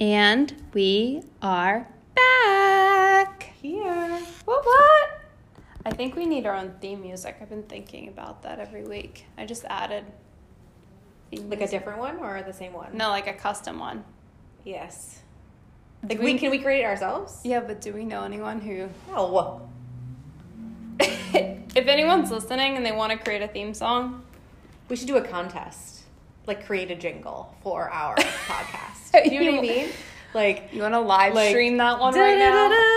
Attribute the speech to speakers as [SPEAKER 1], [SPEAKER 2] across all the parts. [SPEAKER 1] And we are back.
[SPEAKER 2] Here.
[SPEAKER 1] What what? I think we need our own theme music. I've been thinking about that every week. I just added theme
[SPEAKER 2] Like a
[SPEAKER 1] music.
[SPEAKER 2] different one or the same one?
[SPEAKER 1] no, like a custom one.
[SPEAKER 2] Yes.
[SPEAKER 1] Do
[SPEAKER 2] Like we can we create it ourselves?
[SPEAKER 1] Yeah, but do we know anyone who
[SPEAKER 2] No.
[SPEAKER 1] if anyone's listening and they want to create a theme song,
[SPEAKER 2] We should do a contest. Like create a jingle for our podcast. You know what I mean? Like
[SPEAKER 1] you want to live
[SPEAKER 2] Like,
[SPEAKER 1] stream that one right now?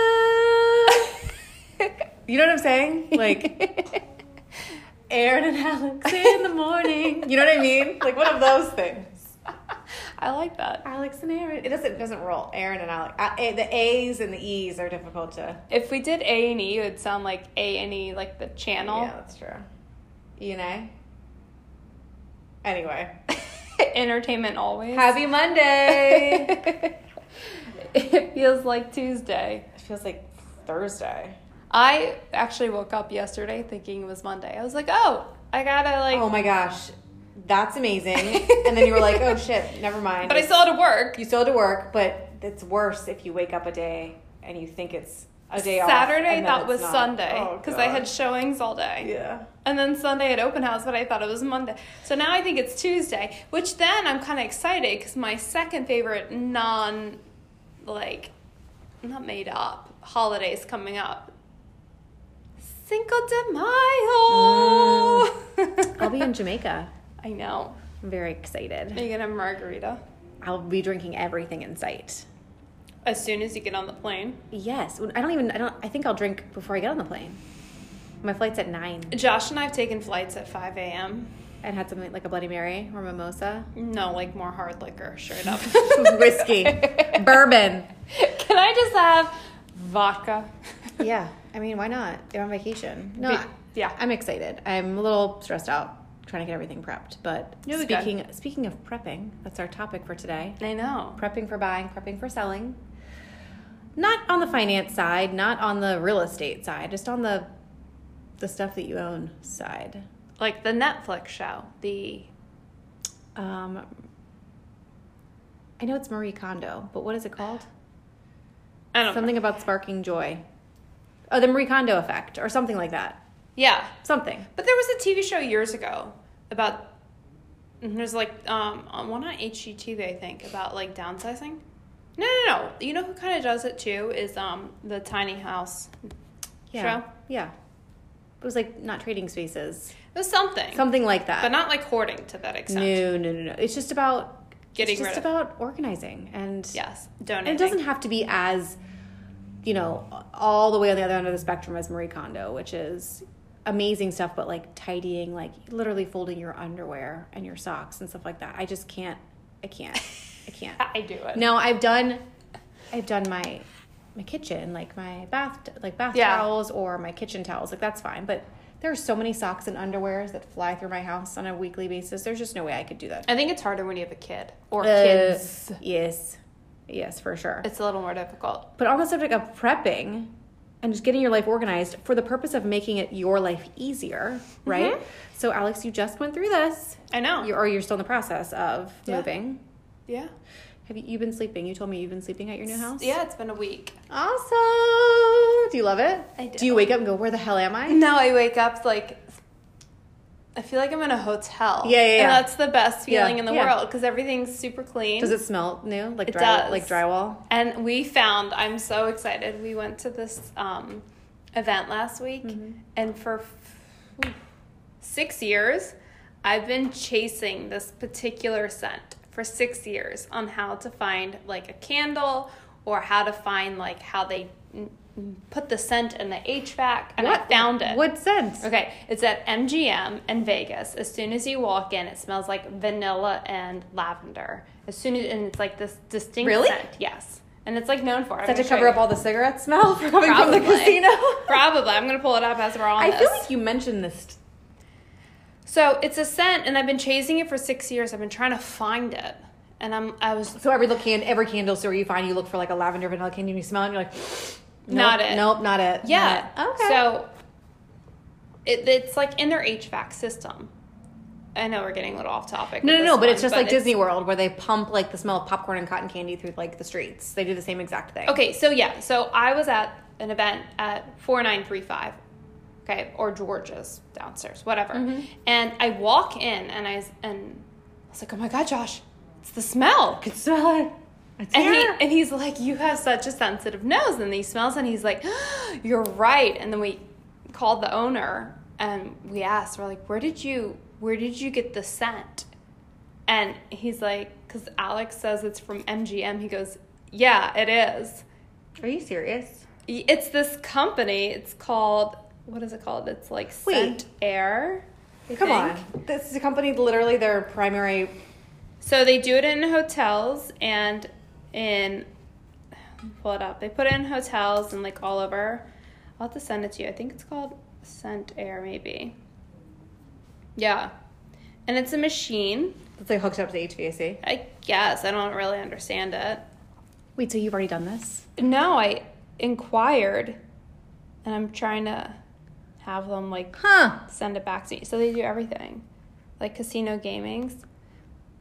[SPEAKER 2] You know what I'm saying? Like Aaron and Alex in the morning. You know what I mean? Like one of those things.
[SPEAKER 1] I like that.
[SPEAKER 2] Alex and Aaron. It doesn't it doesn't roll. Aaron and Alex. Uh, A- the A's and the E's are difficult to.
[SPEAKER 1] If we did A and E, it would sound like A and E, like the channel.
[SPEAKER 2] Yeah, that's true. E and A. Anyway,
[SPEAKER 1] Entertainment always.
[SPEAKER 2] happy Monday.
[SPEAKER 1] it feels like Tuesday.
[SPEAKER 2] it feels like Thursday.
[SPEAKER 1] I actually woke up yesterday thinking it was Monday. I was like, oh, I gotta like.
[SPEAKER 2] Oh my gosh, that's amazing. and then you were like, oh shit, never mind.
[SPEAKER 1] but I still had to work.
[SPEAKER 2] you still had to work, but it's worse if you wake up a day and you think it's a day off.
[SPEAKER 1] Saturday,
[SPEAKER 2] and then
[SPEAKER 1] that
[SPEAKER 2] it's
[SPEAKER 1] was
[SPEAKER 2] not.
[SPEAKER 1] Sunday
[SPEAKER 2] Oh,
[SPEAKER 1] because I
[SPEAKER 2] God.
[SPEAKER 1] had showings all day.
[SPEAKER 2] yeah.
[SPEAKER 1] And then Sunday at open house, but I thought it was Monday. So now I think it's Tuesday, which then I'm kind of excited because my second favorite non, like, not made up holidays coming up. Cinco de Mayo.
[SPEAKER 2] Mm. I'll be in Jamaica.
[SPEAKER 1] I know.
[SPEAKER 2] I'm very excited.
[SPEAKER 1] Are you gonna have margarita
[SPEAKER 2] I'll be drinking everything in sight.
[SPEAKER 1] as soon as you get on the plane?
[SPEAKER 2] Yes, I don't even. I don't. I think I'll drink before I get on the plane. My flight's at nine.
[SPEAKER 1] Josh and I have taken flights at 5 a.m.
[SPEAKER 2] and had something like a Bloody Mary or mimosa.
[SPEAKER 1] No, like more hard liquor, straight up.
[SPEAKER 2] Whiskey, bourbon.
[SPEAKER 1] Can I just have vodka?
[SPEAKER 2] Yeah, I mean, why not? You're on vacation. No,
[SPEAKER 1] Be-
[SPEAKER 2] I-
[SPEAKER 1] yeah.
[SPEAKER 2] I'm excited. I'm a little stressed out trying to get everything prepped. But
[SPEAKER 1] You'll be good.
[SPEAKER 2] speaking speaking of prepping, that's our topic for today.
[SPEAKER 1] I know.
[SPEAKER 2] Prepping for buying, prepping for selling. Not on the finance side, not on the real estate side, just on the the stuff that you own side.
[SPEAKER 1] Like the Netflix show, the
[SPEAKER 2] Um, I know it's Marie Kondo, but what is it called?
[SPEAKER 1] I don't know.
[SPEAKER 2] Something about sparking joy. Oh, the Marie Kondo effect or something like that.
[SPEAKER 1] Yeah.
[SPEAKER 2] Something.
[SPEAKER 1] But there was a TV show years ago about and there's like um on one on HGTV I think about like downsizing. No, no, no. You know who kind of does it too is um the tiny house.
[SPEAKER 2] Yeah.
[SPEAKER 1] Show?
[SPEAKER 2] Yeah. It was like not trading spaces.
[SPEAKER 1] It was something.
[SPEAKER 2] Something like that.
[SPEAKER 1] but not like hoarding to that extent.
[SPEAKER 2] no, no, no, no. It's just about
[SPEAKER 1] Getting
[SPEAKER 2] it's just
[SPEAKER 1] rid of-
[SPEAKER 2] about organizing and
[SPEAKER 1] Yes.
[SPEAKER 2] and
[SPEAKER 1] Donating.
[SPEAKER 2] it doesn't have to be as you know all the way on the other end of the spectrum as Marie Kondo, which is amazing stuff but like tidying like literally folding your underwear and your socks and stuff like that. I just can't I can't. I can't.
[SPEAKER 1] I do it.
[SPEAKER 2] No, I've done, I've done my my kitchen, like my bath, like bath
[SPEAKER 1] Yeah.
[SPEAKER 2] towels or my kitchen towels. Like that's fine, but there are so many socks and underwears that fly through my house on a weekly basis. There's just no way I could do that.
[SPEAKER 1] I think it's harder when you have a kid or
[SPEAKER 2] Uh,
[SPEAKER 1] kids.
[SPEAKER 2] Yes, yes, for sure.
[SPEAKER 1] It's a little more difficult.
[SPEAKER 2] But on the subject of prepping and just getting your life organized for the purpose of making it your life easier,
[SPEAKER 1] Mm-hmm.
[SPEAKER 2] right? So, Alex, you just went through this,
[SPEAKER 1] I know.
[SPEAKER 2] you or you're still in the process of
[SPEAKER 1] Yeah.
[SPEAKER 2] moving.
[SPEAKER 1] yeah.
[SPEAKER 2] Have you, you been sleeping? You told me you've been sleeping at your new house.
[SPEAKER 1] Yeah, it's been a week.
[SPEAKER 2] Awesome. Do you love it?
[SPEAKER 1] I
[SPEAKER 2] Do you wake up and go, where the hell am I?
[SPEAKER 1] No, I wake up like I feel like I'm in a hotel.
[SPEAKER 2] Yeah, yeah, yeah.
[SPEAKER 1] And that's the best
[SPEAKER 2] Yeah,
[SPEAKER 1] feeling in the
[SPEAKER 2] yeah.
[SPEAKER 1] world because everything's super clean.
[SPEAKER 2] Does it smell new? Like
[SPEAKER 1] It
[SPEAKER 2] drywall?
[SPEAKER 1] does.
[SPEAKER 2] Like drywall?
[SPEAKER 1] and we found I'm so excited. We went to this um, event last week,
[SPEAKER 2] Mm-hmm.
[SPEAKER 1] and for f- six years, I've been chasing this particular scent for six years on how to find like a candle or how to find like how they mm, mm, put the scent in the HVAC, and I found it.
[SPEAKER 2] What sense?
[SPEAKER 1] Okay, it's at MGM in Vegas. As soon as you walk in, it smells like vanilla and lavender. As soon as and it's like this distinct
[SPEAKER 2] Really?
[SPEAKER 1] scent. Yes, and it's like known for.
[SPEAKER 2] Is that to cover up all the cigarette smell for coming from the
[SPEAKER 1] Probably.
[SPEAKER 2] casino?
[SPEAKER 1] Probably, I'm gonna pull it up as we're on
[SPEAKER 2] I
[SPEAKER 1] this.
[SPEAKER 2] feel like you mentioned this.
[SPEAKER 1] so it's a scent, and I've been chasing it for six years. I've been trying to find it, and I'm I was
[SPEAKER 2] So every little can, every candle store you find, you look for like a lavender vanilla candle, and you smell it, and you're like, nope,
[SPEAKER 1] Not it.
[SPEAKER 2] Nope, not it.
[SPEAKER 1] yeah
[SPEAKER 2] Not it. Okay.
[SPEAKER 1] So it, it's like in their HVAC system. I know we're getting a little off topic.
[SPEAKER 2] No,
[SPEAKER 1] with
[SPEAKER 2] no,
[SPEAKER 1] this
[SPEAKER 2] no, but
[SPEAKER 1] one,
[SPEAKER 2] it's just like
[SPEAKER 1] it's-
[SPEAKER 2] Disney World where they pump like the smell of popcorn and cotton candy through like the streets. They do the same exact thing.
[SPEAKER 1] Okay, so yeah, so I was at an event at 4935, okay, or George's downstairs, whatever. And I walk in and I, s- and I was like, oh my God, Josh, it's the smell.
[SPEAKER 2] can smell it. It's
[SPEAKER 1] And,
[SPEAKER 2] here.
[SPEAKER 1] he, and he's like, you have such a sensitive nose. And he smells and he's like, you're right. And then we called the owner and we asked, we're like, where did you, where did you get the scent? And he's like, because Alex says it's from MGM. He goes, yeah, it is.
[SPEAKER 2] Are you serious?
[SPEAKER 1] It's this company. It's called what is it called? It's like
[SPEAKER 2] Wait.
[SPEAKER 1] Scent Air. I
[SPEAKER 2] Come
[SPEAKER 1] think.
[SPEAKER 2] on. This is a company literally their primary
[SPEAKER 1] So they do it in hotels and in pull it up. They put it in hotels and like all over. I'll have to send it to you. I think it's called Scent Air maybe. Yeah. And it's a machine.
[SPEAKER 2] that they hooked up to HVAC.
[SPEAKER 1] I guess. I don't really understand it.
[SPEAKER 2] Wait, so you've already done this?
[SPEAKER 1] No, I inquired and I'm trying to have them like
[SPEAKER 2] Huh.
[SPEAKER 1] send it back to me. So they do everything, like casino gamings.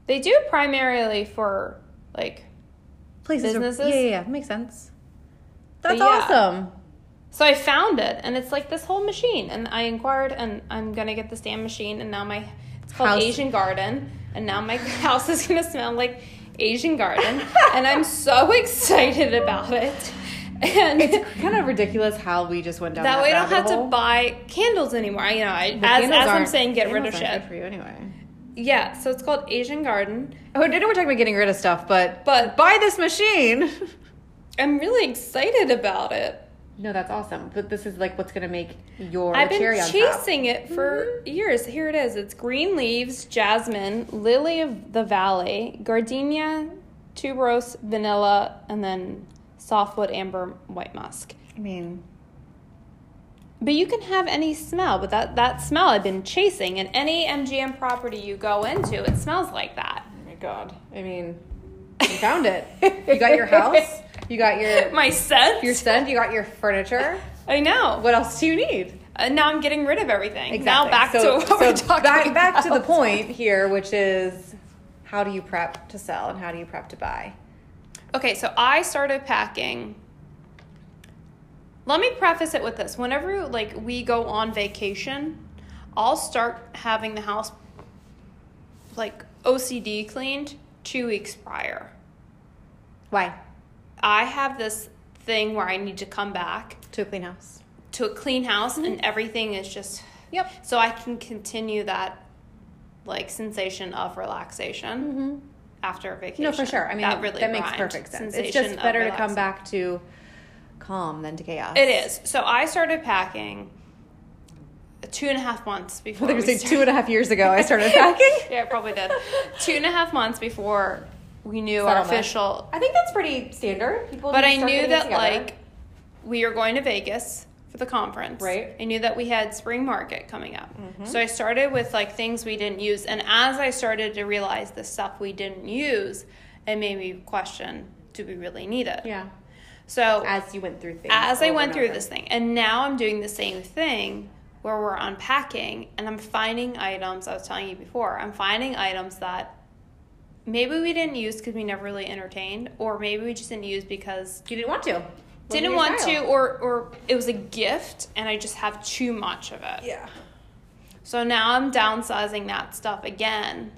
[SPEAKER 1] They do primarily for like.
[SPEAKER 2] Places are-
[SPEAKER 1] Businesses?
[SPEAKER 2] yeah, yeah, yeah. Makes sense. That's
[SPEAKER 1] yeah.
[SPEAKER 2] awesome.
[SPEAKER 1] So I found it, and it's like this whole machine. And I inquired, and I'm gonna get this damn machine. And now my it's called
[SPEAKER 2] House.
[SPEAKER 1] Asian Garden, and now my house is gonna smell like Asian Garden, and I'm so excited about it. And
[SPEAKER 2] It's kind of ridiculous how we just went down that,
[SPEAKER 1] that way, I don't
[SPEAKER 2] rabbit
[SPEAKER 1] have to
[SPEAKER 2] hole.
[SPEAKER 1] buy candles anymore. I, you know, I,
[SPEAKER 2] The
[SPEAKER 1] as,
[SPEAKER 2] candles
[SPEAKER 1] as I'm
[SPEAKER 2] aren't-
[SPEAKER 1] saying, get rid of
[SPEAKER 2] candles aren't
[SPEAKER 1] shit.
[SPEAKER 2] good for you anyway.
[SPEAKER 1] Yeah, so it's called Asian Garden.
[SPEAKER 2] Oh, I know we're talking about getting rid of stuff, but
[SPEAKER 1] But-
[SPEAKER 2] buy this machine.
[SPEAKER 1] I'm really excited about it.
[SPEAKER 2] no, that's awesome. But this is like what's gonna make your
[SPEAKER 1] I've
[SPEAKER 2] the cherry
[SPEAKER 1] been
[SPEAKER 2] on top. Mm-hmm.
[SPEAKER 1] chasing it for years. Here it is. It's green leaves, jasmine, lily of the valley, gardenia, tuberose, vanilla, and then softwood amber white musk.
[SPEAKER 2] I mean,
[SPEAKER 1] But you can have any smell, but that, that smell I've been chasing, and any MGM property you go into, it smells like that.
[SPEAKER 2] oh my god. I mean, you found it. You got your house. You got your
[SPEAKER 1] My scent?
[SPEAKER 2] your scent. You got your furniture.
[SPEAKER 1] I know.
[SPEAKER 2] What else do you need?
[SPEAKER 1] And now I'm getting rid of everything.
[SPEAKER 2] Exactly.
[SPEAKER 1] Now back
[SPEAKER 2] So-
[SPEAKER 1] to what we're
[SPEAKER 2] so
[SPEAKER 1] talking
[SPEAKER 2] back, back to the
[SPEAKER 1] about.
[SPEAKER 2] point here, which is how do you prep to sell and how do you prep to buy?
[SPEAKER 1] Okay, so I started packing. Let me preface it with this. Whenever like we go on vacation, I'll start having the house like OCD cleaned 2 weeks prior.
[SPEAKER 2] Why?
[SPEAKER 1] I have this thing where I need to come back
[SPEAKER 2] To a clean house.
[SPEAKER 1] to a clean house
[SPEAKER 2] Mm-hmm.
[SPEAKER 1] and everything is just
[SPEAKER 2] Yep.
[SPEAKER 1] so I can continue that like sensation of relaxation after a vacation.
[SPEAKER 2] Mm-hmm. No, for sure. I mean, that, that makes
[SPEAKER 1] rhymed.
[SPEAKER 2] perfect sense. It's
[SPEAKER 1] Sensation
[SPEAKER 2] just better
[SPEAKER 1] of
[SPEAKER 2] to come
[SPEAKER 1] relaxation.
[SPEAKER 2] back to calm than to chaos.
[SPEAKER 1] It is. So I started packing two and a half months
[SPEAKER 2] I
[SPEAKER 1] before.
[SPEAKER 2] think
[SPEAKER 1] we
[SPEAKER 2] it was
[SPEAKER 1] started-
[SPEAKER 2] like two and a half years ago I started packing.
[SPEAKER 1] yeah, it probably did. two and a half months before we knew our
[SPEAKER 2] Settlement.
[SPEAKER 1] official.
[SPEAKER 2] I think that's pretty standard. People
[SPEAKER 1] But
[SPEAKER 2] need to
[SPEAKER 1] I
[SPEAKER 2] start
[SPEAKER 1] knew
[SPEAKER 2] getting it
[SPEAKER 1] that
[SPEAKER 2] together.
[SPEAKER 1] like we were going to Vegas for the conference.
[SPEAKER 2] Right. Mm-hmm.
[SPEAKER 1] I knew that we had spring market coming up. So I started with like things we didn't use, and as I started to realize the stuff we didn't use, it made me question: Do we really need it?
[SPEAKER 2] yeah.
[SPEAKER 1] So
[SPEAKER 2] As you went through things.
[SPEAKER 1] as I
[SPEAKER 2] over
[SPEAKER 1] went
[SPEAKER 2] and
[SPEAKER 1] through
[SPEAKER 2] over.
[SPEAKER 1] this thing. And now I'm doing the same thing where we're unpacking and I'm finding items. I was telling you before, I'm finding items that maybe we didn't use because we never really entertained, or maybe we just didn't use because
[SPEAKER 2] you didn't want to. Wasn't
[SPEAKER 1] didn't
[SPEAKER 2] your
[SPEAKER 1] want to,
[SPEAKER 2] style.
[SPEAKER 1] or, or it was a gift and I just have too much of it.
[SPEAKER 2] Yeah.
[SPEAKER 1] So now I'm downsizing that stuff again.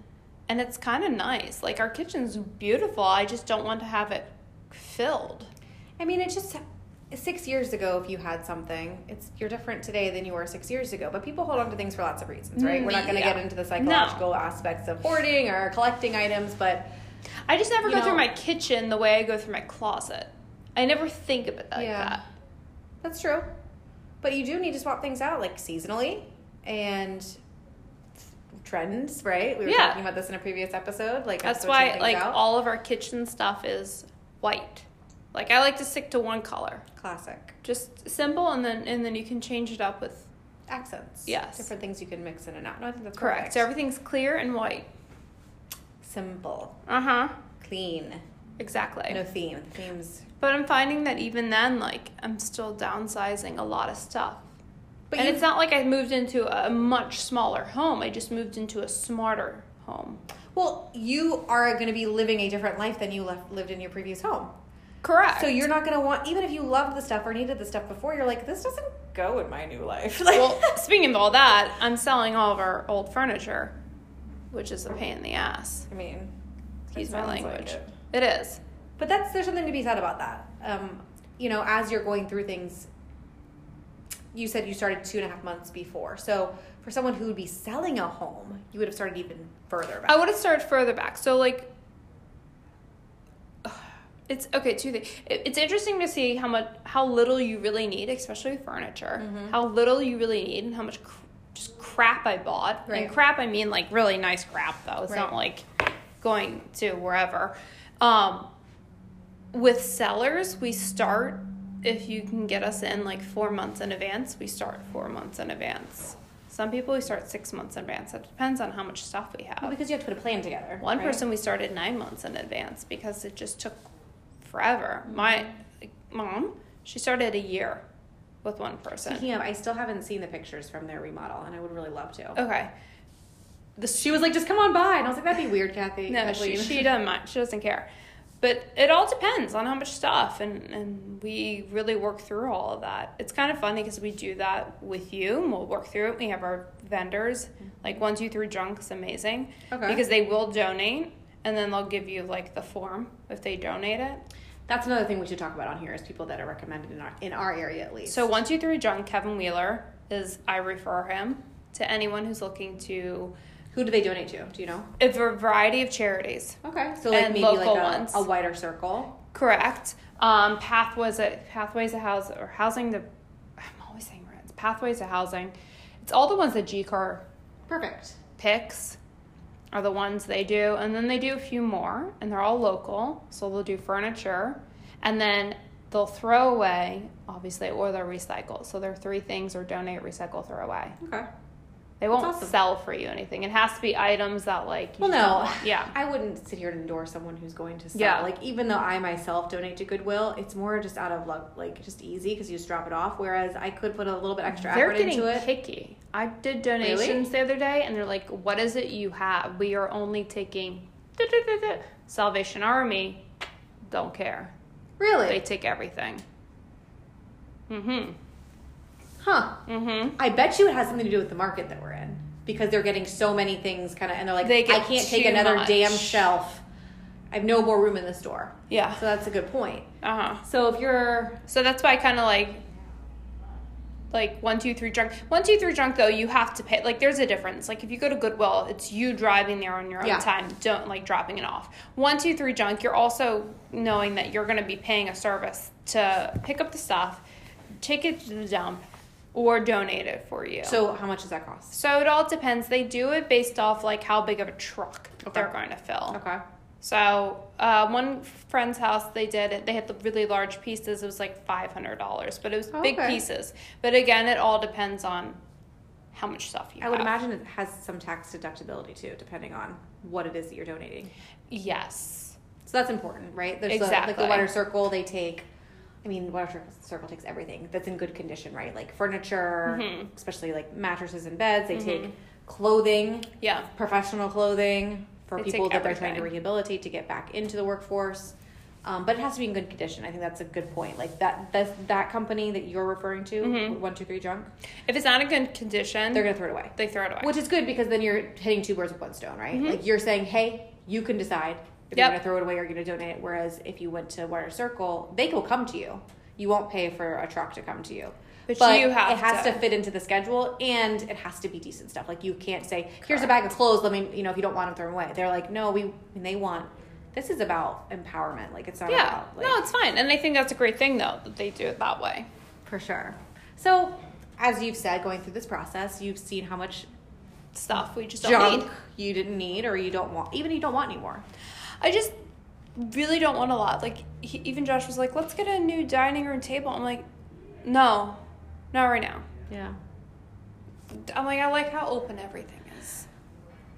[SPEAKER 1] And it's kind of nice. Like our kitchen's beautiful. I just don't want to have it filled.
[SPEAKER 2] I mean, it's just six years ago. If you had something, it's you're different today than you were six years ago. But people hold on to things for lots of reasons, right? We're not going to
[SPEAKER 1] Mm, Yeah.
[SPEAKER 2] get into the psychological aspects of hoarding or collecting items, but
[SPEAKER 1] I just never
[SPEAKER 2] You
[SPEAKER 1] go
[SPEAKER 2] know-
[SPEAKER 1] through my kitchen the way I go through my closet. I never think of it like
[SPEAKER 2] Yeah.
[SPEAKER 1] that.
[SPEAKER 2] that's true. But you do need to swap things out, like seasonally and trends, right? We were
[SPEAKER 1] Yeah.
[SPEAKER 2] talking about this in a previous episode. Like
[SPEAKER 1] That's
[SPEAKER 2] switching
[SPEAKER 1] why
[SPEAKER 2] things
[SPEAKER 1] like
[SPEAKER 2] out.
[SPEAKER 1] all of our kitchen stuff is white. Like I like to stick to one color.
[SPEAKER 2] classic
[SPEAKER 1] Just simple and then and then you can change it up with
[SPEAKER 2] accents.
[SPEAKER 1] Yes.
[SPEAKER 2] different things you can mix in and out. No, I think that's
[SPEAKER 1] correct. So
[SPEAKER 2] Perfect.
[SPEAKER 1] everything's clear and white.
[SPEAKER 2] Simple,
[SPEAKER 1] Uh-huh.
[SPEAKER 2] clean,
[SPEAKER 1] Exactly.
[SPEAKER 2] no theme. The themes
[SPEAKER 1] But I'm finding that even then like I'm still downsizing a lot of stuff.
[SPEAKER 2] But
[SPEAKER 1] and
[SPEAKER 2] you-
[SPEAKER 1] it's not like I moved into a much smaller home. I just moved into a smarter home.
[SPEAKER 2] Well, you are going to be living a different life than you left, lived in your previous home.
[SPEAKER 1] Correct.
[SPEAKER 2] So you're not going to want, even if you loved the stuff or needed the stuff before, you're like, this doesn't go in my new life. Like,
[SPEAKER 1] well, speaking of all that, I'm selling all of our old furniture, which is a pain in the ass.
[SPEAKER 2] I mean,
[SPEAKER 1] Excuse
[SPEAKER 2] it
[SPEAKER 1] my
[SPEAKER 2] sounds like
[SPEAKER 1] language.
[SPEAKER 2] it.
[SPEAKER 1] it is.
[SPEAKER 2] But that's there's something to be said about that. Um, you know, as you're going through things, you said you started two and a half months before. So for someone who would be selling a home, you would have started even further back.
[SPEAKER 1] I would have started further back. So like, it's okay. Two things. It, it's interesting to see how much, how little you really need, especially with furniture. How little you really need, and how much cr- just crap I bought.
[SPEAKER 2] Right.
[SPEAKER 1] And crap, I mean like really nice crap though. It's not like going to wherever. Um, with sellers, we start if you can get us in like four months in advance. We start four months in advance. Some people we start six months in advance. It depends on how much stuff we have.
[SPEAKER 2] Well, because you have to put a plan together.
[SPEAKER 1] One
[SPEAKER 2] right?
[SPEAKER 1] person we started nine months in advance because it just took forever.
[SPEAKER 2] Mm-hmm.
[SPEAKER 1] My like, mom, she started a year with one person.
[SPEAKER 2] Speaking of, I still haven't seen the pictures from their remodel, and I would really love to.
[SPEAKER 1] Okay.
[SPEAKER 2] The- she was like, "Just come on by," and I was like, "That'd be weird, Kathy."
[SPEAKER 1] No, she,
[SPEAKER 2] Kathleen."
[SPEAKER 1] she doesn't mind. She doesn't care. But it all depends on how much stuff, and, and we really work through all of that. It's kind of funny because we do that with you, and we'll work through it. We have our vendors, like One Two Three Drunk's amazing
[SPEAKER 2] Mm-hmm. Okay.
[SPEAKER 1] because they will donate, and then they'll give you like the form if they donate it.
[SPEAKER 2] That's another thing we should talk about on here is people that are recommended in our in our area at least.
[SPEAKER 1] So one two three John Kevin Wheeler is I refer him to anyone who's looking to
[SPEAKER 2] who do they donate to? Do you know?
[SPEAKER 1] a variety of charities.
[SPEAKER 2] Okay, so like
[SPEAKER 1] And
[SPEAKER 2] maybe
[SPEAKER 1] local
[SPEAKER 2] like a,
[SPEAKER 1] ones.
[SPEAKER 2] a wider circle.
[SPEAKER 1] Correct. Um, pathways at pathways to house or housing the I'm always saying rents. Pathways to housing. It's all the ones that GCAR
[SPEAKER 2] Perfect.
[SPEAKER 1] picks are the ones they do, and then they do a few more, and they're all local. So they'll do furniture, and then they'll throw away obviously, or they'll recycle. So there are three things: or donate, recycle, throw away.
[SPEAKER 2] Okay.
[SPEAKER 1] They won't
[SPEAKER 2] awesome.
[SPEAKER 1] sell for you anything. It has to be items that like. you
[SPEAKER 2] Well,
[SPEAKER 1] just
[SPEAKER 2] no.
[SPEAKER 1] want. Yeah.
[SPEAKER 2] I wouldn't sit here and endorse someone who's going to sell.
[SPEAKER 1] Yeah.
[SPEAKER 2] Like even though I myself donate to Goodwill, it's more just out of luck, like just easy because you just drop it off. Whereas I could put a little bit extra
[SPEAKER 1] They're
[SPEAKER 2] effort
[SPEAKER 1] getting
[SPEAKER 2] into it.
[SPEAKER 1] picky. I did donations the other day, and they're like, "What is it you have? We are only taking da-da-da-da." Salvation Army. Don't care. They
[SPEAKER 2] Really?
[SPEAKER 1] take everything. Mm-hmm.
[SPEAKER 2] Huh.
[SPEAKER 1] Mm-hmm.
[SPEAKER 2] I bet you it has something to do with the market that we're in because they're getting so many things kind of, and they're like,
[SPEAKER 1] They get
[SPEAKER 2] I can't take
[SPEAKER 1] too
[SPEAKER 2] another
[SPEAKER 1] much.
[SPEAKER 2] damn shelf. I have no more room in the store.
[SPEAKER 1] Yeah.
[SPEAKER 2] So that's a good point.
[SPEAKER 1] Uh huh.
[SPEAKER 2] So if you're
[SPEAKER 1] So that's why I kind of like, like one, two, three drunk. One, two, three drunk. Though you have to pay. Like there's a difference. Like if you go to Goodwill, it's you driving there on your own
[SPEAKER 2] Yeah.
[SPEAKER 1] time. Don't like dropping it off. One, two, three drunk. You're also knowing that you're going to be paying a service to pick up the stuff, take it to the dump, or donate it for you.
[SPEAKER 2] so, how much does that cost?
[SPEAKER 1] So it all depends. They do it based off like how big of a truck they're going to fill.
[SPEAKER 2] Okay.
[SPEAKER 1] So uh, one friend's house, they did it. They had the really large pieces. It was like five hundred dollars, but it was big
[SPEAKER 2] Okay.
[SPEAKER 1] pieces. But again, it all depends on how much stuff you
[SPEAKER 2] I would
[SPEAKER 1] have.
[SPEAKER 2] imagine it has some tax deductibility too, depending on what it is that you're donating.
[SPEAKER 1] Yes,
[SPEAKER 2] So that's important, right? There's the, like the
[SPEAKER 1] Exactly.
[SPEAKER 2] water circle they take. I mean, water Cir- circle takes everything that's in good condition, right? Like furniture, especially like mattresses and beds. They take clothing,
[SPEAKER 1] yeah,
[SPEAKER 2] professional clothing for
[SPEAKER 1] They
[SPEAKER 2] people
[SPEAKER 1] take
[SPEAKER 2] that they're trying to
[SPEAKER 1] everything.
[SPEAKER 2] rehabilitate to get back into the workforce. Um, but it has to be in good condition. I think that's a good point. Like that, that, that company that you're referring to,
[SPEAKER 1] Mm-hmm.
[SPEAKER 2] One Two Three Junk,
[SPEAKER 1] if it's not in good condition,
[SPEAKER 2] they're gonna throw it away.
[SPEAKER 1] they throw it away.
[SPEAKER 2] Which is good because then you're hitting two birds with one stone, right? Like you're saying, hey, you can decide if you're
[SPEAKER 1] Mm-hmm. Yep.
[SPEAKER 2] going to throw it away or you're going to donate it. Whereas if you went to Water Circle, they will come to you. You won't pay for a truck to come to you.
[SPEAKER 1] But you have
[SPEAKER 2] it has to.
[SPEAKER 1] to.
[SPEAKER 2] fit into the schedule and it has to be decent stuff. Like you can't say, here's a bag of clothes. Let me, you know, if you don't want them thrown away. They're like, no, we, I mean, they want, this is about empowerment. Like it's not
[SPEAKER 1] yeah,
[SPEAKER 2] about, like,
[SPEAKER 1] no, it's fine, and I think that's a great thing though that they do it that way.
[SPEAKER 2] for sure. So as you've said, going through this process, you've seen how much
[SPEAKER 1] Stuff we just don't
[SPEAKER 2] junk
[SPEAKER 1] need.
[SPEAKER 2] you didn't need or you don't want, even you don't want anymore.
[SPEAKER 1] I just really don't want a lot. Like he, even Josh was like, "Let's get a new dining room table." I'm like, "No, not right now."
[SPEAKER 2] Yeah.
[SPEAKER 1] I'm like, I like how open everything is.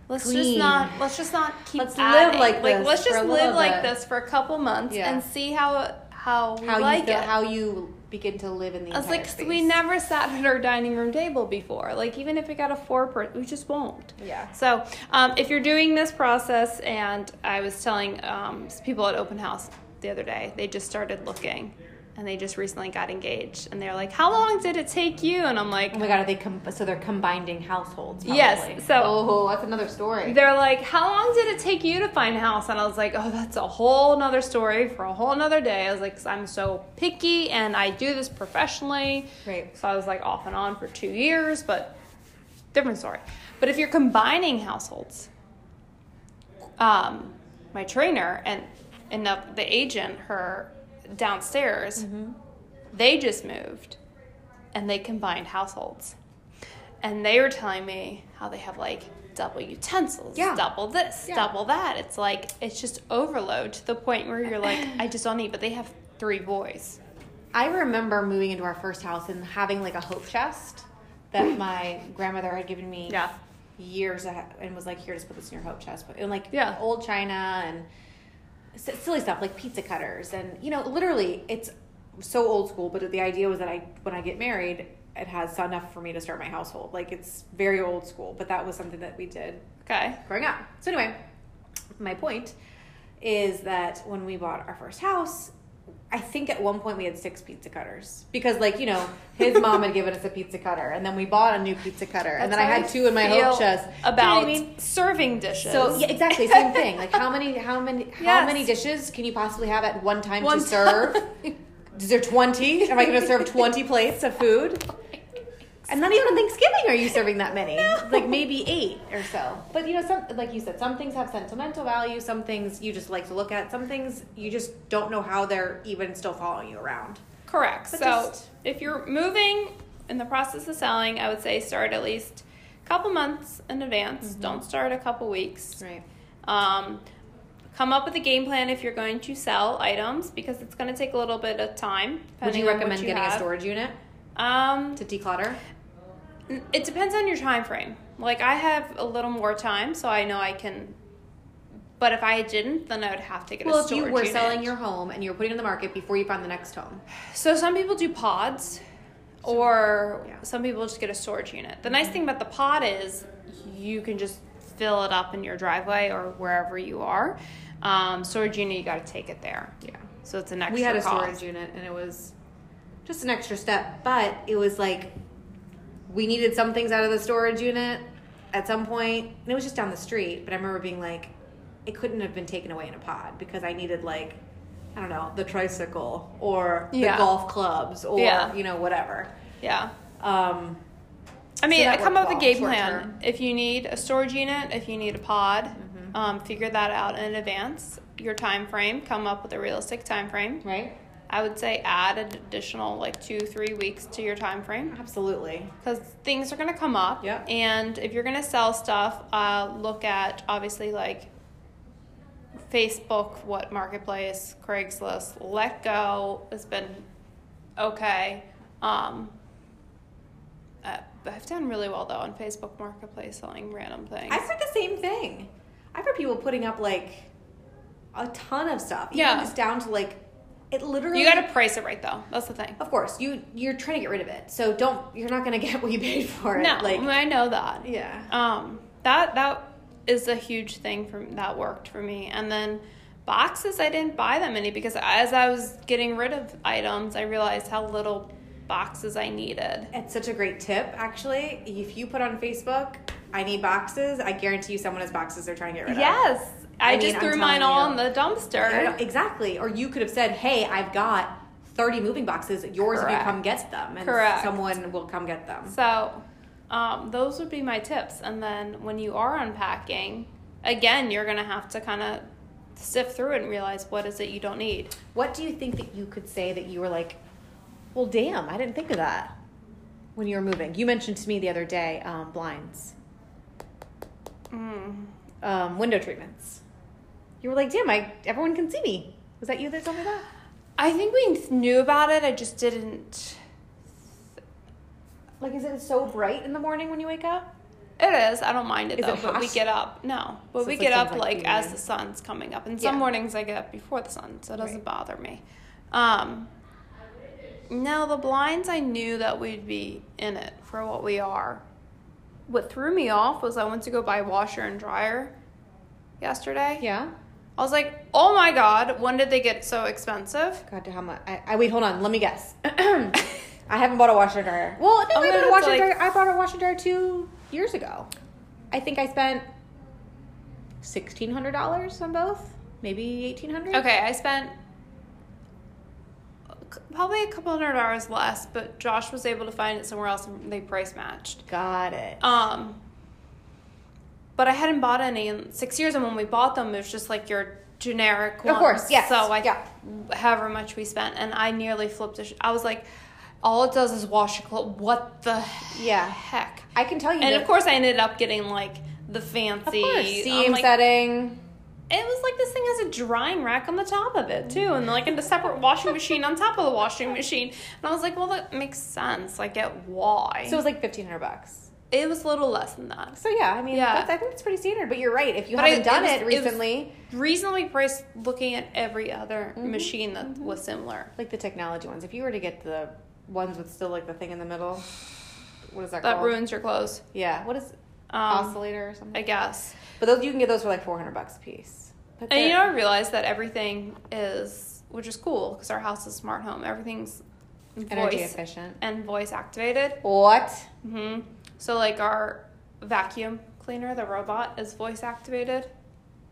[SPEAKER 1] Let's just
[SPEAKER 2] Clean.
[SPEAKER 1] not. Let's just not keep.
[SPEAKER 2] Let's live
[SPEAKER 1] adding.
[SPEAKER 2] like this
[SPEAKER 1] Let's
[SPEAKER 2] for
[SPEAKER 1] just
[SPEAKER 2] a
[SPEAKER 1] live
[SPEAKER 2] little
[SPEAKER 1] like
[SPEAKER 2] bit.
[SPEAKER 1] this for a couple months
[SPEAKER 2] Yeah.
[SPEAKER 1] and see how how we
[SPEAKER 2] How
[SPEAKER 1] like
[SPEAKER 2] you feel,
[SPEAKER 1] it.
[SPEAKER 2] how you begin to live in the.
[SPEAKER 1] I was
[SPEAKER 2] entire
[SPEAKER 1] like, 'cause
[SPEAKER 2] space.
[SPEAKER 1] we never sat at our dining room table before. Like, even if we got a four person, we just won't.
[SPEAKER 2] Yeah.
[SPEAKER 1] So, um, if you're doing this process, and I was telling um, people at open house the other day, they just started looking, and they just recently got engaged, and they're like, "How long did it take you?" And I'm like,
[SPEAKER 2] Oh my god, are they com- so they're combining households? Probably.
[SPEAKER 1] Yes, so-
[SPEAKER 2] oh, that's another story.
[SPEAKER 1] They're like, How long did it take you to find a house? And I was like, Oh, that's a whole nother story for a whole nother day. I was like, 'Cause I'm so picky and I do this professionally.
[SPEAKER 2] Right.
[SPEAKER 1] So I was like off and on for two years, but different story. But if you're combining households, um, my trainer and and the, the agent, her downstairs, they just moved and they combined households. And they were telling me how they have like double utensils,
[SPEAKER 2] Yeah.
[SPEAKER 1] double this,
[SPEAKER 2] Yeah.
[SPEAKER 1] double that. It's like it's just overload to the point where you're like, I just don't need. But they have three boys.
[SPEAKER 2] I remember moving into our first house and having like a hope chest that my grandmother had given me
[SPEAKER 1] Yeah.
[SPEAKER 2] years ahead and was like, here, just put this in your hope chest. But and like
[SPEAKER 1] Yeah.
[SPEAKER 2] old china and s- silly stuff like pizza cutters and you know, literally, it's so old school. But the idea was that I, when I get married, it has enough for me to start my household. Like it's very old school, but that was something that we did
[SPEAKER 1] Okay.
[SPEAKER 2] growing up. So anyway, my point is that when we bought our first house, I think at one point we had six pizza cutters because, like you know, his mom had given us a pizza cutter, and then we bought a new pizza cutter, and then
[SPEAKER 1] That's
[SPEAKER 2] I
[SPEAKER 1] how
[SPEAKER 2] had two in my
[SPEAKER 1] feel
[SPEAKER 2] hope chest. Do you know what
[SPEAKER 1] about
[SPEAKER 2] I mean?
[SPEAKER 1] serving dishes.
[SPEAKER 2] So yeah, exactly same thing. Like how many, how many, how
[SPEAKER 1] Yes.
[SPEAKER 2] many dishes can you possibly have at one time
[SPEAKER 1] One
[SPEAKER 2] to serve?
[SPEAKER 1] time.
[SPEAKER 2] Is there twenty? Am I going to serve twenty plates of food? And not even on Thanksgiving are you serving that many. Like maybe eight or so. But you know, some like you said, some things have sentimental value. Some things you just like to look at. Some things you just don't know how they're even still following you around.
[SPEAKER 1] Correct.
[SPEAKER 2] But
[SPEAKER 1] so
[SPEAKER 2] just-
[SPEAKER 1] if you're moving in the process of selling, I would say start at least a couple months in advance.
[SPEAKER 2] Mm-hmm.
[SPEAKER 1] Don't start a couple weeks.
[SPEAKER 2] Right.
[SPEAKER 1] Um, come up with a game plan if you're going to sell items because it's going to take a little bit of time.
[SPEAKER 2] Would
[SPEAKER 1] depending
[SPEAKER 2] you
[SPEAKER 1] on what
[SPEAKER 2] recommend
[SPEAKER 1] you
[SPEAKER 2] getting
[SPEAKER 1] have.
[SPEAKER 2] a storage unit
[SPEAKER 1] Um,
[SPEAKER 2] to declutter?
[SPEAKER 1] it depends on your time frame. Like I have a little more time, so I know I can. But if I didn't, then I would have to get
[SPEAKER 2] Well,
[SPEAKER 1] a
[SPEAKER 2] if you
[SPEAKER 1] storage
[SPEAKER 2] were
[SPEAKER 1] unit.
[SPEAKER 2] selling your home and you were putting it in the market before you found the next home,
[SPEAKER 1] So some people do pods, or
[SPEAKER 2] yeah. Mm-hmm.
[SPEAKER 1] some people just get a storage unit. The nice thing about the pod is you can just fill it up in your driveway or wherever you are. Um, storage unit, you got to take it there.
[SPEAKER 2] yeah.
[SPEAKER 1] So it's an extra.
[SPEAKER 2] we had a
[SPEAKER 1] cost.
[SPEAKER 2] storage unit and it was just an extra step but it was like we needed some things out of the storage unit at some point and it was just down the street but i remember being like it couldn't have been taken away in a pod because i needed like i don't know the tricycle or
[SPEAKER 1] Yeah.
[SPEAKER 2] the golf clubs or
[SPEAKER 1] Yeah.
[SPEAKER 2] you know whatever
[SPEAKER 1] Yeah.
[SPEAKER 2] um,
[SPEAKER 1] I mean,
[SPEAKER 2] that
[SPEAKER 1] come
[SPEAKER 2] worked
[SPEAKER 1] up with a
[SPEAKER 2] well,
[SPEAKER 1] game
[SPEAKER 2] short
[SPEAKER 1] plan.
[SPEAKER 2] term. Mm-hmm.
[SPEAKER 1] If you need a storage unit, if you need a pod, um, figure that out in advance. Your time frame. Come up with a realistic time frame.
[SPEAKER 2] right
[SPEAKER 1] I would say add an additional like two, three weeks to your time frame.
[SPEAKER 2] absolutely
[SPEAKER 1] because things are going to come up.
[SPEAKER 2] Yeah.
[SPEAKER 1] And if you're going to sell stuff, uh, look at obviously like Facebook, what marketplace, Craigslist, Let Go has been okay. Um, uh, I've done really well though on Facebook Marketplace selling random things.
[SPEAKER 2] I've heard the same thing. I've heard people putting up like a ton of stuff. Even
[SPEAKER 1] Yeah.
[SPEAKER 2] Just down to like it literally
[SPEAKER 1] you got to price it right though. That's the thing.
[SPEAKER 2] Of course, you you're trying to get rid of it. So don't you're not gonna get what you paid for it.
[SPEAKER 1] No, Mm-hmm.
[SPEAKER 2] Like
[SPEAKER 1] I know that.
[SPEAKER 2] Yeah.
[SPEAKER 1] um that that is a huge thing from that worked for me and then boxes i didn't buy that many because as i was getting rid of items i realized how little boxes i needed
[SPEAKER 2] It's such a great tip, actually. If you put on Facebook, I need boxes, I guarantee you someone has boxes they're trying to get rid of.
[SPEAKER 1] yes i,
[SPEAKER 2] I mean,
[SPEAKER 1] just
[SPEAKER 2] I'm
[SPEAKER 1] threw
[SPEAKER 2] telling
[SPEAKER 1] mine all
[SPEAKER 2] you.
[SPEAKER 1] in the
[SPEAKER 2] I don't-
[SPEAKER 1] dumpster
[SPEAKER 2] Exactly. Or you could have said, Hey, I've got thirty moving boxes, yours if
[SPEAKER 1] Correct.
[SPEAKER 2] you come get them and
[SPEAKER 1] Correct.
[SPEAKER 2] someone will come get them.
[SPEAKER 1] so um, those would be my tips and then when you are unpacking again you're gonna have to kind of sift through it and realize what is it you don't need
[SPEAKER 2] What do you think that you could say that you were like, well, damn, I didn't think of that when you were moving? You mentioned to me the other day um, blinds,
[SPEAKER 1] mm.
[SPEAKER 2] um, window treatments. You were like, damn, I, everyone can see me. Was that you that told me that?
[SPEAKER 1] i think we knew about it i just didn't
[SPEAKER 2] Like, is it so bright in the morning when you wake up?
[SPEAKER 1] It is. I don't mind it
[SPEAKER 2] Is
[SPEAKER 1] though.
[SPEAKER 2] it
[SPEAKER 1] but we
[SPEAKER 2] hot?
[SPEAKER 1] get up. No, but
[SPEAKER 2] So
[SPEAKER 1] we
[SPEAKER 2] it's like
[SPEAKER 1] get up
[SPEAKER 2] sometimes
[SPEAKER 1] like
[SPEAKER 2] you
[SPEAKER 1] as
[SPEAKER 2] leave.
[SPEAKER 1] the sun's coming up, and
[SPEAKER 2] Yeah.
[SPEAKER 1] some mornings I get up before the sun, so it doesn't
[SPEAKER 2] Right.
[SPEAKER 1] bother me. Um, No, the blinds, I knew that we'd be in it for what we are. What threw me off was I went to go buy washer and dryer yesterday.
[SPEAKER 2] Yeah.
[SPEAKER 1] I was like, oh my God, when did they get so expensive?
[SPEAKER 2] God, how much? I, I wait. Hold on. Let me guess. I haven't bought a washer and dryer. Well, no,
[SPEAKER 1] Oh,
[SPEAKER 2] I
[SPEAKER 1] no,
[SPEAKER 2] bought a
[SPEAKER 1] it's
[SPEAKER 2] washer
[SPEAKER 1] like-
[SPEAKER 2] and dryer. I bought a washer and dryer two years ago. I think I spent sixteen hundred dollars on both, maybe eighteen hundred.
[SPEAKER 1] Okay, I spent probably a couple hundred dollars less, but Josh was able to find it somewhere else and they price matched.
[SPEAKER 2] got it.
[SPEAKER 1] Um, but I hadn't bought any in six years, and when we bought them, it was just like your generic ones.
[SPEAKER 2] Of course, yes,
[SPEAKER 1] So I,
[SPEAKER 2] yeah.
[SPEAKER 1] however much we spent, and I nearly flipped. A sh- I was like, all it does is wash your clothes. What the
[SPEAKER 2] Yeah.
[SPEAKER 1] heck?
[SPEAKER 2] I can tell you.
[SPEAKER 1] And
[SPEAKER 2] that-
[SPEAKER 1] of course, I ended up getting like the fancy
[SPEAKER 2] of course,
[SPEAKER 1] I'm
[SPEAKER 2] seam
[SPEAKER 1] like,
[SPEAKER 2] setting.
[SPEAKER 1] It was like this thing has a drying rack on the top of it too, and like a separate washing machine on top of the washing machine. And I was like, well, that makes sense. I get why.
[SPEAKER 2] So it was like fifteen hundred bucks.
[SPEAKER 1] it was a little less than that.
[SPEAKER 2] So yeah, I mean,
[SPEAKER 1] Yeah.
[SPEAKER 2] That's, I think it's pretty standard. But you're right. If you
[SPEAKER 1] But I-
[SPEAKER 2] haven't done
[SPEAKER 1] it
[SPEAKER 2] it,
[SPEAKER 1] was- it was-
[SPEAKER 2] recently,
[SPEAKER 1] reasonably priced looking at every other machine that was similar.
[SPEAKER 2] like the technology ones. If you were to get the ones with still like the thing in the middle, what is that,
[SPEAKER 1] That
[SPEAKER 2] called?
[SPEAKER 1] ruins your clothes.
[SPEAKER 2] Yeah. What is
[SPEAKER 1] Um,
[SPEAKER 2] oscillator or something?
[SPEAKER 1] I guess.
[SPEAKER 2] But those you can get those for like four hundred bucks a piece. But
[SPEAKER 1] And you
[SPEAKER 2] they're-
[SPEAKER 1] know, I realized that everything is, which is cool because our house is smart home. Everything's
[SPEAKER 2] energy
[SPEAKER 1] voice
[SPEAKER 2] efficient.
[SPEAKER 1] and voice activated.
[SPEAKER 2] What?
[SPEAKER 1] hmm So, like, our vacuum cleaner, the robot, is voice activated.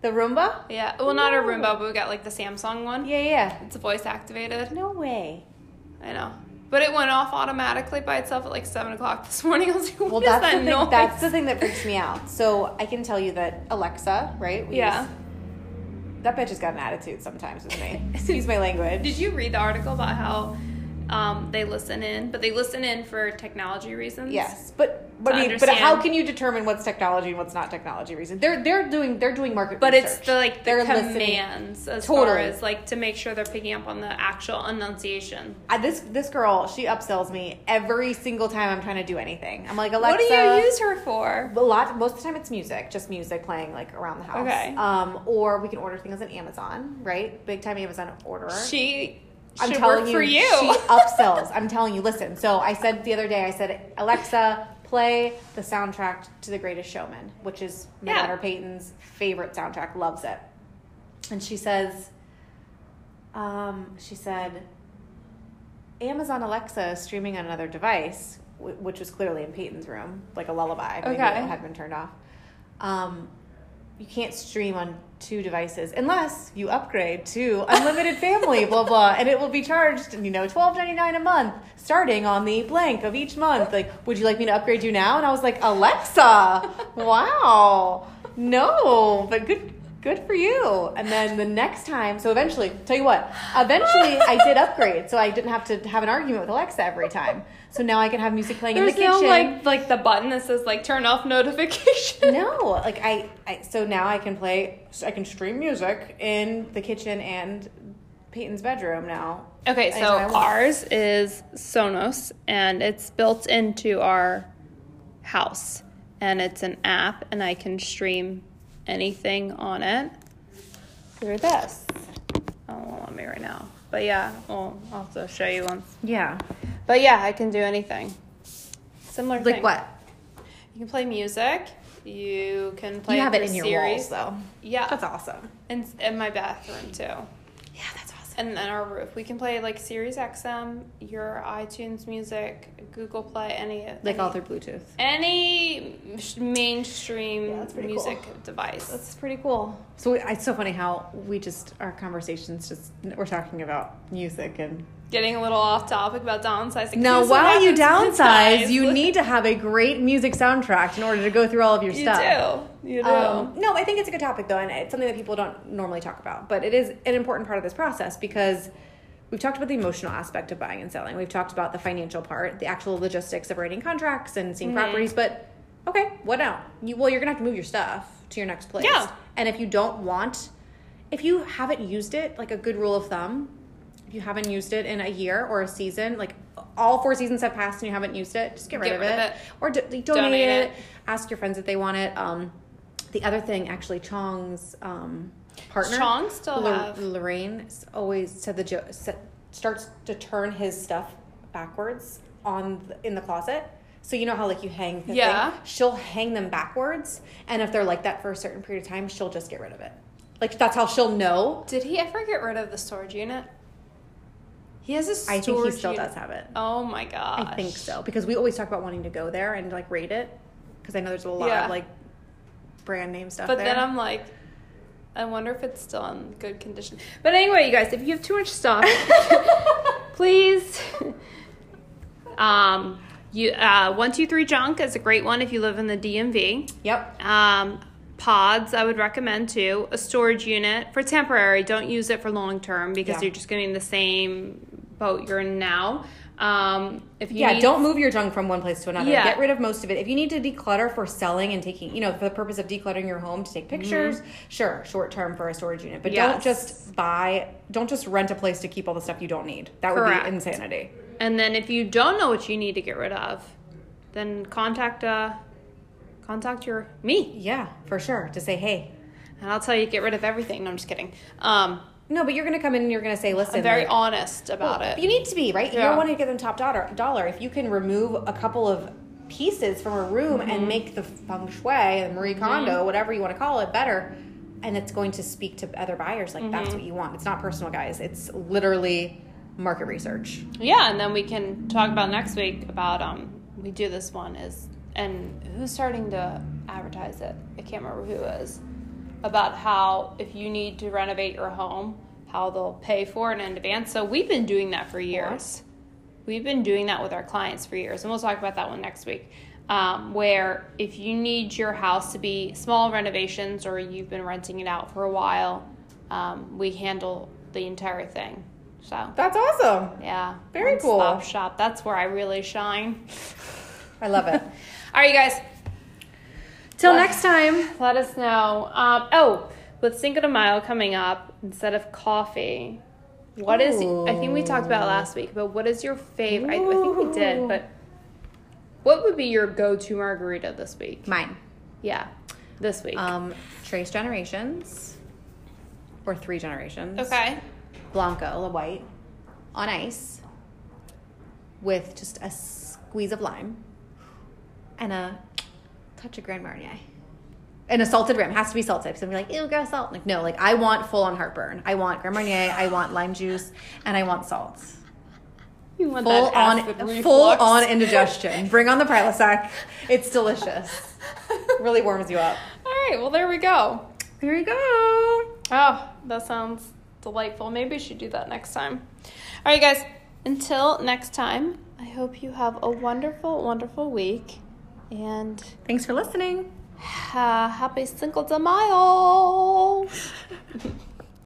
[SPEAKER 2] The Roomba?
[SPEAKER 1] Yeah. Well, not a
[SPEAKER 2] Ooh.
[SPEAKER 1] Roomba, but we got like the Samsung one.
[SPEAKER 2] Yeah, yeah.
[SPEAKER 1] It's voice activated.
[SPEAKER 2] No way.
[SPEAKER 1] I know. But it went off automatically by itself at like 7 o'clock this morning. I was like, what
[SPEAKER 2] Well,
[SPEAKER 1] is
[SPEAKER 2] that's
[SPEAKER 1] that
[SPEAKER 2] the thing.
[SPEAKER 1] noise?
[SPEAKER 2] That's the thing that freaks me out. So I can tell you that Alexa, right? we
[SPEAKER 1] Yeah.
[SPEAKER 2] use- that bitch has got an attitude sometimes with me. Excuse my language.
[SPEAKER 1] Did you read the article about how um, they listen in, but they listen in for technology reasons?
[SPEAKER 2] Yes, but but,
[SPEAKER 1] To
[SPEAKER 2] I mean, but how
[SPEAKER 1] understand.
[SPEAKER 2] can you determine what's technology and what's not technology? Reason they're they're doing they're doing market.
[SPEAKER 1] But it's
[SPEAKER 2] research.
[SPEAKER 1] the like the
[SPEAKER 2] They're listening.
[SPEAKER 1] commands as far
[SPEAKER 2] Totally.
[SPEAKER 1] as like to make sure they're picking up on the actual enunciation.
[SPEAKER 2] I, this this girl she upsells me every single time I'm trying to do anything. I'm like Alexa.
[SPEAKER 1] What do you use her for?
[SPEAKER 2] A lot. Most of the time, it's music, just music playing like around the house.
[SPEAKER 1] Okay.
[SPEAKER 2] Um, or we can order things on Amazon, right? Big time Amazon orderer.
[SPEAKER 1] She
[SPEAKER 2] I'm
[SPEAKER 1] should
[SPEAKER 2] telling
[SPEAKER 1] work
[SPEAKER 2] you,
[SPEAKER 1] for you.
[SPEAKER 2] she upsells. I'm telling you. Listen. So I said the other day, I said, Alexa, play the soundtrack to The Greatest Showman, which is my
[SPEAKER 1] Yeah.
[SPEAKER 2] daughter Peyton's favorite soundtrack. Loves it. And she says, um, she said, Amazon Alexa is streaming on another device, wh- which was clearly in Peyton's room, like a lullaby. Maybe
[SPEAKER 1] Okay.
[SPEAKER 2] it had been turned off. Um, you can't stream on two devices unless you upgrade to unlimited family, blah blah, and it will be charged, you know, twelve ninety nine a month, starting on the blank of each month. Like, would you like me to upgrade you now? And I was like, Alexa, wow, no, but good, good for you. And then the next time, so eventually, tell you what, eventually I did upgrade, so I didn't have to have an argument with Alexa every time. So now I can have music playing
[SPEAKER 1] There's
[SPEAKER 2] in the
[SPEAKER 1] no
[SPEAKER 2] kitchen.
[SPEAKER 1] like like the button that says like turn off notification.
[SPEAKER 2] No, like I, I, so now I can play, I can stream music in the kitchen and Peyton's bedroom now.
[SPEAKER 1] Okay,
[SPEAKER 2] I
[SPEAKER 1] so
[SPEAKER 2] know I want-
[SPEAKER 1] ours is Sonos and it's built into our house and it's an app and I can stream anything on it through this. Oh, it won't let me right now. But yeah, well, I'll also show you one.
[SPEAKER 2] Yeah.
[SPEAKER 1] But yeah, I can do anything. Similar
[SPEAKER 2] Like
[SPEAKER 1] thing.
[SPEAKER 2] what?
[SPEAKER 1] You can play music. You can play
[SPEAKER 2] you have it in
[SPEAKER 1] through
[SPEAKER 2] your
[SPEAKER 1] series.
[SPEAKER 2] walls though.
[SPEAKER 1] Yeah.
[SPEAKER 2] That's awesome.
[SPEAKER 1] And in my bathroom too.
[SPEAKER 2] Yeah, that's awesome.
[SPEAKER 1] And then our roof. We can play like Sirius XM, your iTunes music, Google Play, any
[SPEAKER 2] Like
[SPEAKER 1] any,
[SPEAKER 2] all through Bluetooth.
[SPEAKER 1] any sh- mainstream
[SPEAKER 2] Yeah, that's pretty
[SPEAKER 1] music
[SPEAKER 2] cool.
[SPEAKER 1] device.
[SPEAKER 2] That's pretty cool. So we, it's so funny how we just our conversations just we're talking about music and
[SPEAKER 1] Getting a little off topic about downsizing.
[SPEAKER 2] now
[SPEAKER 1] Here's what
[SPEAKER 2] while you
[SPEAKER 1] happens
[SPEAKER 2] downsize,
[SPEAKER 1] with
[SPEAKER 2] you
[SPEAKER 1] size.
[SPEAKER 2] need to have a great music soundtrack in order to go through all of your
[SPEAKER 1] You
[SPEAKER 2] stuff.
[SPEAKER 1] do. You do.
[SPEAKER 2] Um, no, I think it's a good topic though, and it's something that people don't normally talk about. But it is an important part of this process because we've talked about the emotional aspect of buying and selling. We've talked about the financial part, the actual logistics of writing contracts and seeing properties. But okay, what now? You, well, you're gonna have to move your stuff to your next place.
[SPEAKER 1] Yeah.
[SPEAKER 2] And if you don't want, if you haven't used it, like a good rule of thumb, if you haven't used it in a year or a season, like all four seasons have passed and you haven't used it, just get rid, of, it. or do, donate,
[SPEAKER 1] Donate
[SPEAKER 2] it.
[SPEAKER 1] it.
[SPEAKER 2] Ask your friends if they want it. Um, the other thing, actually, Chong's um, partner,
[SPEAKER 1] Chong still
[SPEAKER 2] Lor-
[SPEAKER 1] have-
[SPEAKER 2] Lorraine, s- always said the joke. Starts to turn his stuff backwards on the, in the closet. So you know how like you hang the
[SPEAKER 1] Yeah.
[SPEAKER 2] thing? She'll hang them backwards and if they're like that for a certain period of time, she'll just get rid of it. Like that's how she'll know.
[SPEAKER 1] Did he ever get rid of the storage unit? He has a
[SPEAKER 2] I
[SPEAKER 1] storage
[SPEAKER 2] think he still
[SPEAKER 1] unit.
[SPEAKER 2] does have it.
[SPEAKER 1] Oh my gosh.
[SPEAKER 2] I think so because we always talk about wanting to go there and like rate it because I know there's a lot
[SPEAKER 1] Yeah.
[SPEAKER 2] of like brand name stuff.
[SPEAKER 1] But
[SPEAKER 2] there.
[SPEAKER 1] then I'm like, I wonder if it's still in good condition. But anyway, you guys, if you have too much stuff, please. Um, you uh, one two three junk is a great one if you live in the DMV.
[SPEAKER 2] yep.
[SPEAKER 1] Um, pods I would recommend too. A storage unit for temporary. Don't use it for long term because
[SPEAKER 2] Yeah.
[SPEAKER 1] you're just getting the same boat you're in now. Um, if you
[SPEAKER 2] Yeah,
[SPEAKER 1] need-
[SPEAKER 2] don't move your junk from one place to another.
[SPEAKER 1] Yeah.
[SPEAKER 2] Get rid of most of it. If you need to declutter for selling and taking, you know, for the purpose of decluttering your home to take pictures, sure, short term for a storage unit. But
[SPEAKER 1] Mm-hmm. Yes.
[SPEAKER 2] don't just buy, don't just rent a place to keep all the stuff you don't need. That
[SPEAKER 1] Correct.
[SPEAKER 2] would be insanity.
[SPEAKER 1] And then if you don't know what you need to get rid of, then contact uh contact your me
[SPEAKER 2] Yeah, for sure. To say, hey,
[SPEAKER 1] and I'll tell you to get rid of everything. No, I'm just kidding. Um
[SPEAKER 2] no, but you're going to come in and you're going to say, listen,
[SPEAKER 1] I'm very
[SPEAKER 2] like,
[SPEAKER 1] honest about
[SPEAKER 2] Well,
[SPEAKER 1] it.
[SPEAKER 2] You need to be right. You
[SPEAKER 1] Yeah.
[SPEAKER 2] don't want to give them top dollar. Dollar. If you can remove a couple of pieces from a room and make the feng shui, the Marie Kondo, whatever you want to call it, better, and it's going to speak to other buyers. Like that's what you want. It's not personal, guys. It's literally market research.
[SPEAKER 1] yeah, and then we can talk about next week about um we do this one is and who's starting to advertise it? I can't remember who is. About how if you need to renovate your home, how they'll pay for it in advance. So we've been doing that for years. We've been doing that with our clients for years, and we'll talk about that one next week. Um, where if you need your house to be small renovations or you've been renting it out for a while, um, we handle the entire thing. So
[SPEAKER 2] That's awesome.
[SPEAKER 1] yeah,
[SPEAKER 2] Very cool.
[SPEAKER 1] Stop shop. That's where I really shine.
[SPEAKER 2] I love it.
[SPEAKER 1] All right, you guys.
[SPEAKER 2] Till
[SPEAKER 1] Well-
[SPEAKER 2] next time.
[SPEAKER 1] Let us know. Um, oh, with Cinco de Mayo coming up, instead of coffee, what is? I think we talked about it last week, but what is your favorite? I, I think we did,
[SPEAKER 2] Ooh.
[SPEAKER 1] but what would be your go-to margarita this week?
[SPEAKER 2] Mine.
[SPEAKER 1] Yeah, this week.
[SPEAKER 2] Um, Trace Generations or Three Generations.
[SPEAKER 1] okay.
[SPEAKER 2] Blanco, the white, on ice with just a squeeze of lime and a touch of Grand Marnier. And a salted rim has to be salted because I'm like, ew, gross salt. Like, no, like I want full on heartburn. I want Grand Marnier, I want lime juice, and I want salt.
[SPEAKER 1] You want
[SPEAKER 2] Full
[SPEAKER 1] that acid
[SPEAKER 2] on,
[SPEAKER 1] reflux.
[SPEAKER 2] full on indigestion. Bring on the Prilosec. It's delicious. really warms you up.
[SPEAKER 1] All right. Well, there we go.
[SPEAKER 2] There you go.
[SPEAKER 1] Oh, that sounds delightful. Maybe we should do that next time. All right, guys. Until next time, I hope you have a wonderful, wonderful week. And
[SPEAKER 2] Thanks for listening.
[SPEAKER 1] uh, happy Cinco de Mayo!